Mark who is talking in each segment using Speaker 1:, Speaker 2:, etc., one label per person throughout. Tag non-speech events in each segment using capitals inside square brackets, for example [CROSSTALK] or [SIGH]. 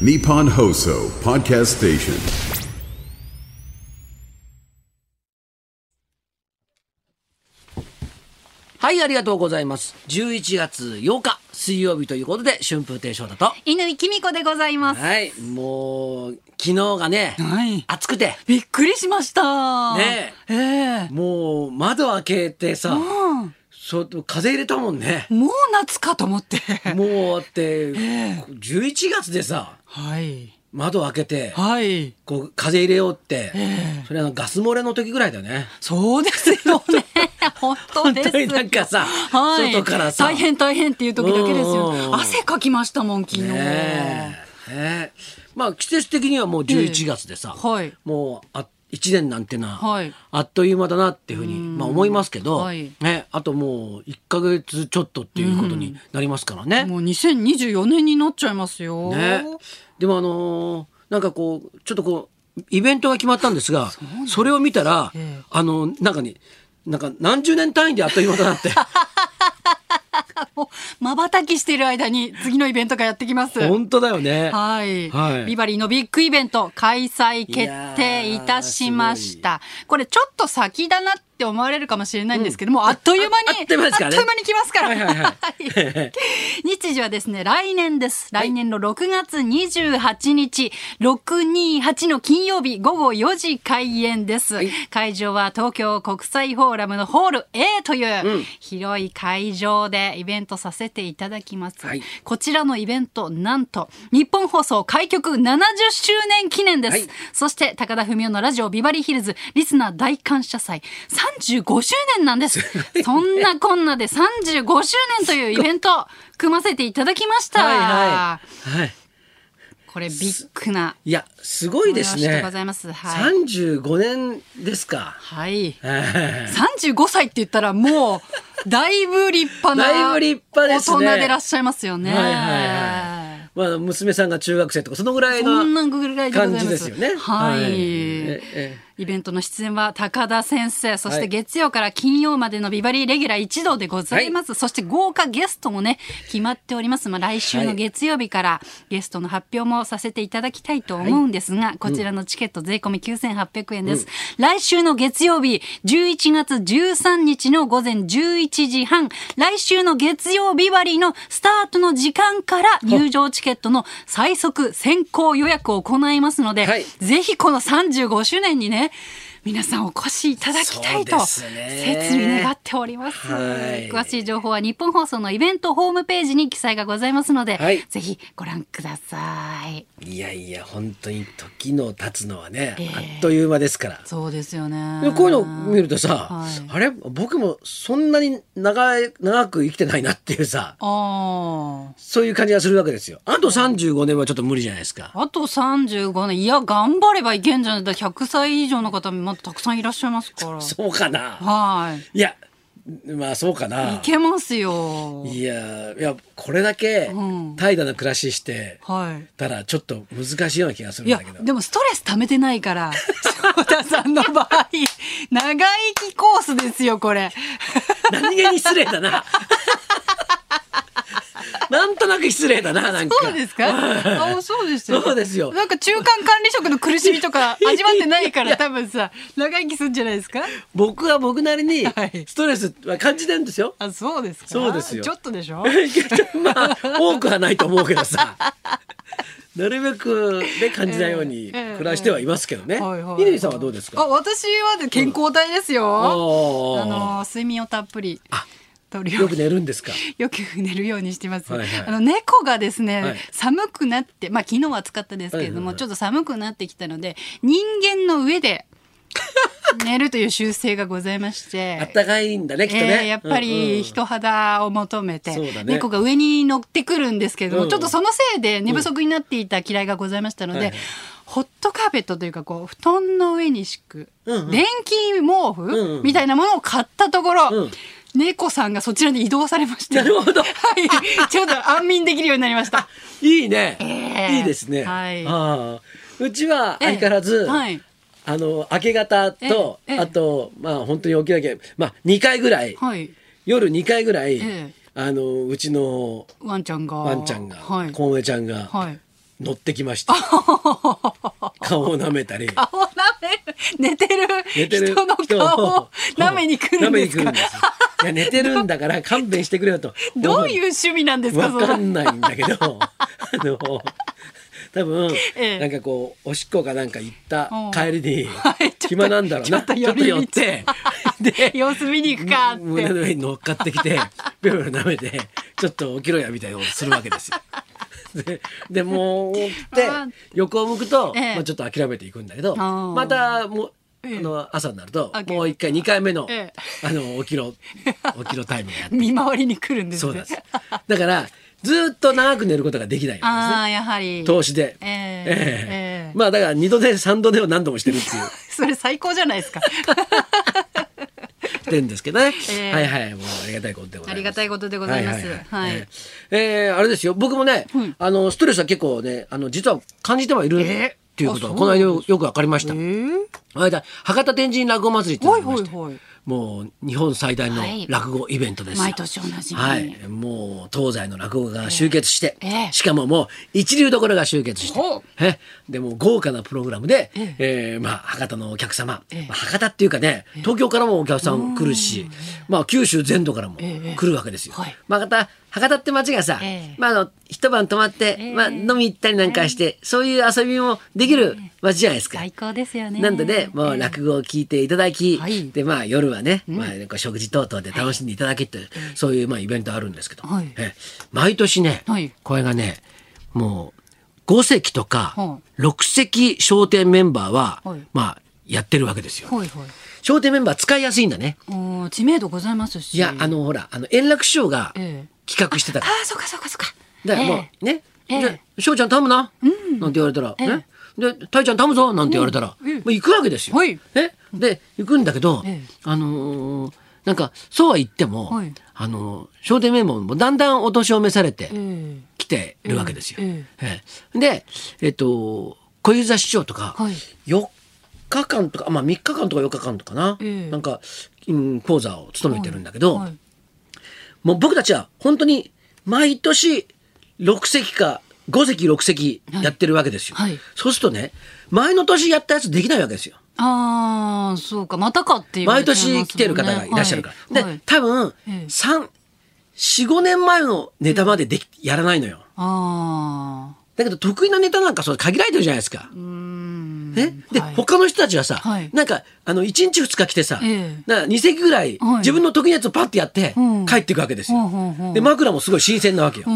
Speaker 1: Nippon Hoso Podcast Station.
Speaker 2: はい、ありがとうございます。11月8日、水曜日ということで、春風亭昇太と。
Speaker 3: 乾きみこでございます。
Speaker 2: はい、もう、昨日がね、
Speaker 3: はい
Speaker 2: 暑くて、
Speaker 3: びっくりしました。
Speaker 2: ね
Speaker 3: ええ
Speaker 2: もう、窓開けてさ、
Speaker 3: うん
Speaker 2: そう、風入れたもんね。
Speaker 3: もう夏かと思って。
Speaker 2: もう、だって、
Speaker 3: え
Speaker 2: 11月でさ、
Speaker 3: はい。
Speaker 2: 窓開けて、
Speaker 3: はい。
Speaker 2: こう、風入れようって、
Speaker 3: え
Speaker 2: それはガス漏れの時ぐらいだよね。
Speaker 3: そうですよね。本当
Speaker 2: 本
Speaker 3: です。
Speaker 2: 当になんかさ、
Speaker 3: はい。
Speaker 2: 外からさ。
Speaker 3: 大変大変っていう時だけです
Speaker 2: うんうんう
Speaker 3: よ。
Speaker 2: ん
Speaker 3: 汗かきましたもん、昨日。
Speaker 2: ねえねえまあ季節的にはもう11月でさ、
Speaker 3: ええはい
Speaker 2: もうあ1年なんてな、
Speaker 3: はい
Speaker 2: あっという間だなっていうふうにまあ思いますけど、
Speaker 3: はい
Speaker 2: ね、あともう1か月ちょっとっていうことになりますからね。
Speaker 3: もう2024年になっちゃいますよ。
Speaker 2: ねでもあのーなんかこうちょっとこうイベントが決まったんですがそれを見たら、
Speaker 3: ええ
Speaker 2: あのなんかねなんか何十年単位であっという間だなって
Speaker 3: [LAUGHS] もう瞬きしている間に次のイベントがやってきます。
Speaker 2: 本当だよね。
Speaker 3: はい、
Speaker 2: はい
Speaker 3: ビバリーのビッグイベント開催決定いたしました。これちょっと先だなって思われるかもしれないんですけども、あっという間に
Speaker 2: ああっという間ですからね
Speaker 3: あっという間に来ますから。
Speaker 2: はいはいはい
Speaker 3: はい日時はですね来年です。来年の6月28日、628の金曜日午後4時開演です。
Speaker 2: い
Speaker 3: 会場は東京国際フォーラムのホール A という広い会場でイベントさせていただきます。
Speaker 2: はい
Speaker 3: こちらのイベント、なんと、日本放送開局70周年記念です。
Speaker 2: はい
Speaker 3: そして、高田文夫のラジオビバリーヒルズ、リスナー大感謝祭、35周年なんです。そんなこんなで35周年というイベント、組ませていただきました。
Speaker 2: はいはいはい
Speaker 3: これ、ビッグない
Speaker 2: や、すごいです
Speaker 3: 催し
Speaker 2: ね。
Speaker 3: でございますはい
Speaker 2: 三十五年ですか。
Speaker 3: はい。
Speaker 2: ええ
Speaker 3: 35歳って言ったらもう、だいぶ立派な、
Speaker 2: だいぶ立派ですね
Speaker 3: 大人でらっしゃいますよね。
Speaker 2: はいはいはい。まあ、娘さんが中学生とか、そのぐらい
Speaker 3: そんな
Speaker 2: の
Speaker 3: ぐらいでござい
Speaker 2: 感
Speaker 3: ます。
Speaker 2: じですよね。
Speaker 3: はい。
Speaker 2: ええ
Speaker 3: イベントの出演は高田先生、そし
Speaker 2: は
Speaker 3: て
Speaker 2: い
Speaker 3: 月曜から金曜までのビバリーレギュラー一同でございます。そして豪華ゲストもね、決まっております。まあ来週の月曜日からゲストの発表もさせていただきたいと思うんですが、こちらのチケット税込み9800円です。来週の月曜日、11月13日の午前11時半、来週の月曜ビバリーのスタートの時間から入場チケットの最速先行予約を行いますので、
Speaker 2: はい
Speaker 3: ぜひこの35周年にね、皆さんお越しいただきたいと、
Speaker 2: そうですね
Speaker 3: 切に願っております。
Speaker 2: はい
Speaker 3: 詳しい情報は日本放送のイベントホームページに記載がございますので、
Speaker 2: はい
Speaker 3: ぜひご覧ください。
Speaker 2: ええいやいや、本当に時の経つのはね、
Speaker 3: ええ
Speaker 2: あっという間ですから。
Speaker 3: そうですよね
Speaker 2: で。こういうのを見るとさ、
Speaker 3: はい
Speaker 2: あれ僕もそんなに長い長く生きてないなっていうさ
Speaker 3: ああ。
Speaker 2: そういう感じがするわけですよあと35年はちょっと無理じゃないですか
Speaker 3: あと35年、いや、頑張ればいけんじゃないだって100歳以上の方もまだたくさんいらっしゃいますから。
Speaker 2: そうかな
Speaker 3: はい。
Speaker 2: いやまあそうかない
Speaker 3: けますよ。
Speaker 2: いやーいやこれだけ
Speaker 3: うん
Speaker 2: 怠惰な暮らしして
Speaker 3: はい。
Speaker 2: たらちょっと難しいような気がする
Speaker 3: い
Speaker 2: ん
Speaker 3: や
Speaker 2: だけど。
Speaker 3: でもストレス溜めてないから [LAUGHS] 翔太さんの場合長生きコースですよこれ
Speaker 2: 何気に失礼だな。 [LAUGHS] なんとなく失礼だななんか。
Speaker 3: そうです
Speaker 2: [LAUGHS]
Speaker 3: かあそうですよ
Speaker 2: そうですよ
Speaker 3: なんか中間管理職の苦しみ
Speaker 2: [LAUGHS]
Speaker 3: とか味わってないから多分さ長生きするんじゃないですか
Speaker 2: 僕は僕なりに
Speaker 3: はい
Speaker 2: ストレスは感じてるんですよ。 [LAUGHS]
Speaker 3: あそうですか
Speaker 2: そうですよ
Speaker 3: ちょっとでしょ
Speaker 2: まあ多くはないと思うけどさ。なるべくで感じないように
Speaker 3: ええええ
Speaker 2: 暮らしてはいますけどね。
Speaker 3: はいはい
Speaker 2: 乾さんはどうです
Speaker 3: あ
Speaker 2: か。
Speaker 3: 私はね健康体ですよ、
Speaker 2: うん
Speaker 3: あの睡眠をたっぷりとるよう
Speaker 2: よ
Speaker 3: に
Speaker 2: く寝るんですか。
Speaker 3: [LAUGHS] よく寝るようにしてます。
Speaker 2: はいはい
Speaker 3: あの猫がですね、
Speaker 2: はい
Speaker 3: 寒くなって、まあ昨日は暑かったですけれども、
Speaker 2: はいはいはい
Speaker 3: ちょっと寒くなってきたので、人間の上で寝るという習性がございまして。
Speaker 2: [LAUGHS] あったかいんだねきっとね。
Speaker 3: えーやっぱ
Speaker 2: うんうん
Speaker 3: り人肌を求めて、
Speaker 2: そうだね
Speaker 3: 猫が上に乗ってくるんですけれども、
Speaker 2: うん
Speaker 3: ちょっとそのせいで寝不足になっていた嫌いがございましたので、
Speaker 2: はいはい
Speaker 3: ホットカーペットというかこう布団の上に敷く、
Speaker 2: うんうん
Speaker 3: 電気毛布、
Speaker 2: んうん
Speaker 3: みたいなものを買ったところ、
Speaker 2: うん
Speaker 3: 猫さんがそちらに移動されまして
Speaker 2: なるほど
Speaker 3: [LAUGHS] はい、ちょっと安眠できるようになりました。
Speaker 2: いいね、
Speaker 3: ええ
Speaker 2: いいですね、
Speaker 3: はい
Speaker 2: ああうちは [LAUGHS] 相変わらず、
Speaker 3: ええはい
Speaker 2: あの明け方と、
Speaker 3: ええええ
Speaker 2: あとまあ本当に起きなきゃ、まあ、2回ぐらい、
Speaker 3: はい、
Speaker 2: 夜2回ぐらい、
Speaker 3: ええ
Speaker 2: あのうちの
Speaker 3: ワンちゃんが
Speaker 2: ワンちゃんが、
Speaker 3: はい、
Speaker 2: コウメちゃんが、
Speaker 3: はい
Speaker 2: 乗ってきま
Speaker 3: [LAUGHS]
Speaker 2: した。顔を舐めたり。
Speaker 3: 顔を舐める寝てる
Speaker 2: 寝てる
Speaker 3: 人の顔を舐めに来るんです
Speaker 2: 舐め
Speaker 3: か。
Speaker 2: に来よいや寝てるんだから勘弁してくれよと
Speaker 3: どういう趣味なんですか
Speaker 2: わ
Speaker 3: それ
Speaker 2: かんないんだけど
Speaker 3: [LAUGHS]
Speaker 2: あの多分、
Speaker 3: ええ
Speaker 2: なんかこうおしっこかなんか行った
Speaker 3: うん
Speaker 2: 帰りに
Speaker 3: [LAUGHS] はいちょっと
Speaker 2: 暇なんだろうな
Speaker 3: ちょっと寄り道
Speaker 2: 寄っ
Speaker 3: [LAUGHS]
Speaker 2: てで
Speaker 3: 様子見に行くかっ
Speaker 2: 胸
Speaker 3: て
Speaker 2: の上に乗っかってきてベロベロ舐めてちょっと起きろやみたいなことするわけですよ。 [LAUGHS] ででもう起きて
Speaker 3: あー
Speaker 2: 横を向くと、
Speaker 3: ええ
Speaker 2: まあ、ちょっと諦めていくんだけど
Speaker 3: あー
Speaker 2: またもうあ
Speaker 3: ええ
Speaker 2: の朝になると
Speaker 3: あ
Speaker 2: もう一回2回目の,、
Speaker 3: ええ
Speaker 2: あの起きろ起きろタイムがやって
Speaker 3: 見回りに来るんです
Speaker 2: そう
Speaker 3: ね
Speaker 2: なんです。だから、ずっと長く寝ることができないわ
Speaker 3: ああやはり
Speaker 2: けですね。投資で。
Speaker 3: ええええ
Speaker 2: まあだから、二度寝、三度寝を何度もしてるっていう。
Speaker 3: それ最高じゃないですか
Speaker 2: ってんですけどね、
Speaker 3: [LAUGHS] ええ
Speaker 2: はいはいもうありがたいことでございます
Speaker 3: ありがたいことでございますはい
Speaker 2: ええええあれですよ僕もね、あのストレスは結構ねあの実は感じてはいるっていうことがこの間よく分かりました、この間博多天神落語祭りっていうのがありまして
Speaker 3: はいはいはい
Speaker 2: もう日本最大の
Speaker 3: はい
Speaker 2: 落語イベントですよ、
Speaker 3: 毎年同じに
Speaker 2: はいもう東西の落語家が集結して、
Speaker 3: ええ
Speaker 2: しかももう一流どころが集結して
Speaker 3: ほう
Speaker 2: えでもう豪華なプログラムで、え
Speaker 3: え
Speaker 2: ーまあ、博多のお客様、
Speaker 3: ええ
Speaker 2: まあ博多っていうかね東京からもお客さん来るし、まあ、九州全土からも
Speaker 3: ええ
Speaker 2: 来るわけですよ。
Speaker 3: はい
Speaker 2: まあ、博多博多って街がさ、
Speaker 3: ええ
Speaker 2: まあ、あの一晩泊まって、
Speaker 3: ええ
Speaker 2: まあ、飲み行ったりなんかして、そういう遊びもできる街じゃないですか。
Speaker 3: 最高ですよね
Speaker 2: なんでね、も
Speaker 3: え
Speaker 2: う
Speaker 3: え
Speaker 2: 落語を聞いていただき、
Speaker 3: はい
Speaker 2: で、まあ夜はね、まあこう食事等々で楽しんでいただきという、そういうまあイベントあるんですけど、
Speaker 3: はい
Speaker 2: え毎年ね、
Speaker 3: はい
Speaker 2: これがね、もう5席と
Speaker 3: は
Speaker 2: か
Speaker 3: い
Speaker 2: 6席商店メンバーは、
Speaker 3: はい
Speaker 2: まあやってるわけですよ。
Speaker 3: ほいほい
Speaker 2: 商店メンバー使いやすいんだね。
Speaker 3: おー知名度ございますし
Speaker 2: いや、あのほら、あの円楽師匠が
Speaker 3: え
Speaker 2: 企
Speaker 3: え
Speaker 2: 画してた
Speaker 3: あ
Speaker 2: から。
Speaker 3: あそうかそうかそうか
Speaker 2: だからも
Speaker 3: ええ
Speaker 2: うね、
Speaker 3: ええ
Speaker 2: じゃあ翔ちゃん頼むな、なんて言われたら、ね、で、たいちゃん頼むぞなんて言われたら、
Speaker 3: うんええ
Speaker 2: もう行くわけですよ。
Speaker 3: はい
Speaker 2: ね、で、行くんだけど、
Speaker 3: ええ
Speaker 2: あのーなんか、そうは言っても、
Speaker 3: はい
Speaker 2: あのー、商店名門もだんだんお年を召されて
Speaker 3: ええ
Speaker 2: きてるわけですよ。
Speaker 3: え
Speaker 2: ええで、えっと、小遊三市長とか、
Speaker 3: はい
Speaker 2: 4日間とか、まあ3日間とか4日間とかな、
Speaker 3: ええ
Speaker 2: なんか、うん講座を務めてるんだけど、
Speaker 3: はい
Speaker 2: もう僕たちは本当に毎年6席か5席6席やってるわけですよ、
Speaker 3: はいはい
Speaker 2: そうするとね前の年やったやつできないわけですよ
Speaker 3: ああそうかまたかって言われ
Speaker 2: 毎
Speaker 3: てますもんね
Speaker 2: 年来てる方がいらっしゃるから、
Speaker 3: はい
Speaker 2: で多分
Speaker 3: ええ
Speaker 2: 345年前のネタまでできやらないのよ
Speaker 3: ああ
Speaker 2: だけど得意なネタなんかそれ限られてるじゃないですか。
Speaker 3: うーん
Speaker 2: ね、で、
Speaker 3: はい
Speaker 2: 他の人たちはさ、
Speaker 3: はい
Speaker 2: なんかあの1日2日来てさ、
Speaker 3: ええ
Speaker 2: なんか2席ぐらい
Speaker 3: はい
Speaker 2: 自分の得意なやつをパッてやって
Speaker 3: うん
Speaker 2: 帰っていくわけですよ。
Speaker 3: ほうほうほう
Speaker 2: で枕もすごい新鮮なわけよ。
Speaker 3: うん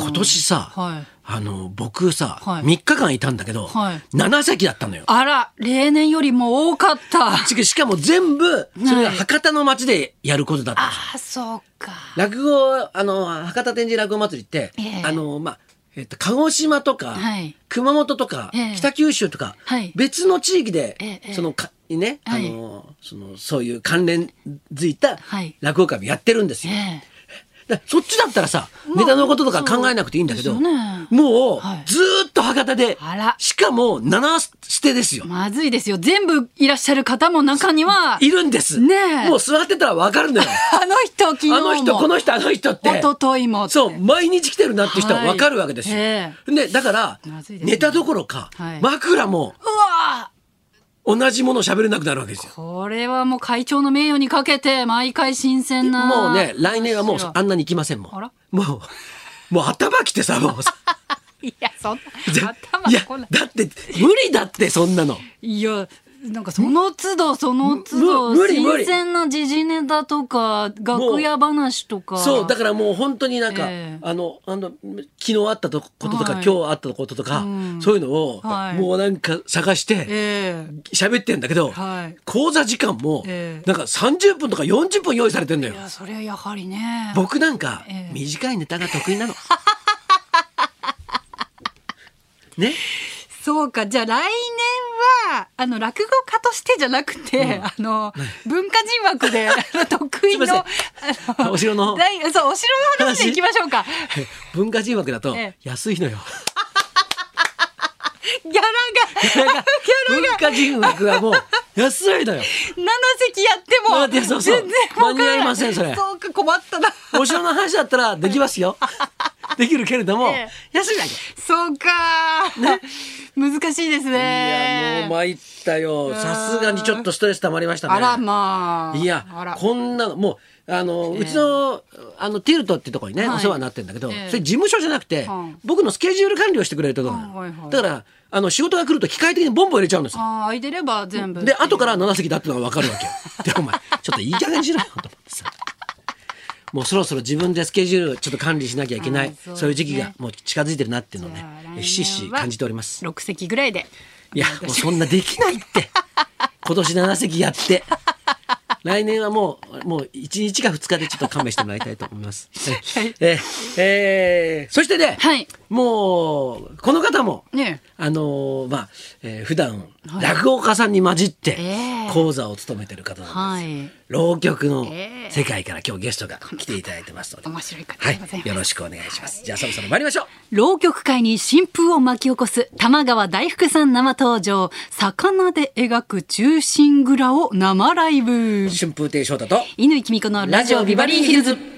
Speaker 2: 今年さ、
Speaker 3: はい
Speaker 2: あの僕さ、
Speaker 3: はい
Speaker 2: 3日間いたんだけど、
Speaker 3: はい
Speaker 2: 7席だったのよ。
Speaker 3: あら例年よりも多かった
Speaker 2: ししかも全部それが
Speaker 3: はい
Speaker 2: 博多の街でやることだったんですよ、
Speaker 3: ああそうか
Speaker 2: 落語あの博多天神落語祭りって、
Speaker 3: ええ
Speaker 2: あのまあえっと、鹿児島とか、
Speaker 3: はい
Speaker 2: 熊本とか、
Speaker 3: ええ
Speaker 2: 北九州とか、
Speaker 3: はい
Speaker 2: 別の地域で、
Speaker 3: ええ
Speaker 2: そのかね、
Speaker 3: はい
Speaker 2: あのそのそういう関連づいた
Speaker 3: はい
Speaker 2: 落語会もやってるんですよ。
Speaker 3: え
Speaker 2: だからそっちだったらさ、
Speaker 3: まあ
Speaker 2: ネタのこととか考えなくていいんだけど、
Speaker 3: そうですよね
Speaker 2: もう
Speaker 3: はい
Speaker 2: ずーっと博多で、
Speaker 3: あら
Speaker 2: しかも7捨てですよ
Speaker 3: え。まずいですよ全部いらっしゃる方も中にはい
Speaker 2: るんです。
Speaker 3: ねえ
Speaker 2: もう座ってたらわかる
Speaker 3: [LAUGHS]
Speaker 2: んだよ。
Speaker 3: あの人昨日も
Speaker 2: あの人、この人、あの人って。
Speaker 3: おとといもって
Speaker 2: そう、毎日来てるなっていう人はわかるわけですよ。
Speaker 3: はいえ
Speaker 2: で、だから、
Speaker 3: まずいですね
Speaker 2: ネタどころか、
Speaker 3: はい
Speaker 2: 枕も
Speaker 3: うわ
Speaker 2: 同じもの喋れなくなるわけですよ。
Speaker 3: これはもう会長の名誉にかけて毎回新鮮な
Speaker 2: もうね、来年はもう
Speaker 3: 話が
Speaker 2: あんなに行きませんもん。
Speaker 3: あら
Speaker 2: もう、もう頭きてさ、もうさ。
Speaker 3: いやそん
Speaker 2: ぜ
Speaker 3: な [LAUGHS] 頭
Speaker 2: い
Speaker 3: が
Speaker 2: や
Speaker 3: こんない、
Speaker 2: だって、無理だって、そんなの。
Speaker 3: いやなんかその都度その都
Speaker 2: む無
Speaker 3: 度
Speaker 2: 理無
Speaker 3: 新
Speaker 2: 理
Speaker 3: 鮮な時事ネタとか楽屋話とか
Speaker 2: そうだからもう本当になんか、
Speaker 3: ええ
Speaker 2: あのあの昨日あったとこととか、
Speaker 3: はい
Speaker 2: 今日あったこととか、
Speaker 3: うん
Speaker 2: そういうのを、
Speaker 3: はい
Speaker 2: もうなんか探して
Speaker 3: ええ
Speaker 2: 喋ってんだけど、
Speaker 3: はい
Speaker 2: 講座時間も、
Speaker 3: ええ
Speaker 2: なんか30分とか40分用意されてんのよ
Speaker 3: い。やそれはやはりね
Speaker 2: 僕なんか、
Speaker 3: ええ
Speaker 2: 短いネタが得意なの。 [LAUGHS] ね、
Speaker 3: そうかじゃあ来年はあの落語家としてじゃなくて、あの文化人枠であ
Speaker 2: [LAUGHS]
Speaker 3: の得意
Speaker 2: すい
Speaker 3: の
Speaker 2: ま
Speaker 3: あの
Speaker 2: お城の
Speaker 3: 大そうお城の話でいきましょうか
Speaker 2: 文化人枠だと
Speaker 3: え
Speaker 2: 安いのよ。
Speaker 3: ギャラが
Speaker 2: 文化人枠はもう安
Speaker 3: [LAUGHS]
Speaker 2: いのよ。
Speaker 3: 7席やって
Speaker 2: ま
Speaker 3: も
Speaker 2: あでそうそう
Speaker 3: 全然儲から
Speaker 2: 間に合いませんそれ
Speaker 3: そうか困ったな [LAUGHS]
Speaker 2: お城の話だったらできますよ。できるけれども、
Speaker 3: え
Speaker 2: 休みだけ。
Speaker 3: そうかー、難しいです
Speaker 2: いやも
Speaker 3: ね
Speaker 2: う参ったよさすがにちょっとストレス溜まりましたね
Speaker 3: あらまあ
Speaker 2: いや
Speaker 3: あら
Speaker 2: こんなのもうあの、うちのあのティルトっていうところにね、
Speaker 3: はい
Speaker 2: お世話になってるんだけど、
Speaker 3: ええ
Speaker 2: それ事務所じゃなくて、
Speaker 3: はい
Speaker 2: 僕のスケジュール管理をしてくれるところなの、
Speaker 3: はいはいはい
Speaker 2: だからあの仕事が来ると機械的にボンボン入れちゃうんですよ
Speaker 3: あー空いてれば全部
Speaker 2: で後から7席だってのは分かるわ
Speaker 3: [LAUGHS]
Speaker 2: けよでお前ちょっといい加減にしろよと思ってさもうそろそろ自分でスケジュールちょっと管理しなきゃいけない
Speaker 3: あーそうです
Speaker 2: そう,、
Speaker 3: ね
Speaker 2: いう時期がもう近づいてるなっていうのを
Speaker 3: じ
Speaker 2: ね
Speaker 3: ゃあ来年は
Speaker 2: ひしひし感じております
Speaker 3: 6席ぐらいで
Speaker 2: いや、もうそんなできない
Speaker 3: [LAUGHS]
Speaker 2: って。今年7席やって。来年はもう、もう1日か2日でちょっと勘弁してもらいたいと思います。
Speaker 3: はい
Speaker 2: え、えーそしてね、
Speaker 3: はい
Speaker 2: もう、この方も、
Speaker 3: ね
Speaker 2: あのーまあ、えー普段、落語家さんに混じって
Speaker 3: ええ
Speaker 2: 講座を務めてる方なん
Speaker 3: は
Speaker 2: です。
Speaker 3: い
Speaker 2: 浪曲の
Speaker 3: ええ
Speaker 2: 世界から今日ゲストが来ていただいてますので。
Speaker 3: 面白い方
Speaker 2: は
Speaker 3: でござい
Speaker 2: い
Speaker 3: ま、す
Speaker 2: よろしくお願いします。じゃあ、そろそろ参りましょう。
Speaker 3: 浪曲界に新風を巻き起こす玉川大福さん生登場魚で描く忠臣蔵を生ライブ
Speaker 2: 春風亭昇太と、
Speaker 3: 乾きみこのラジオビバリーヒルズ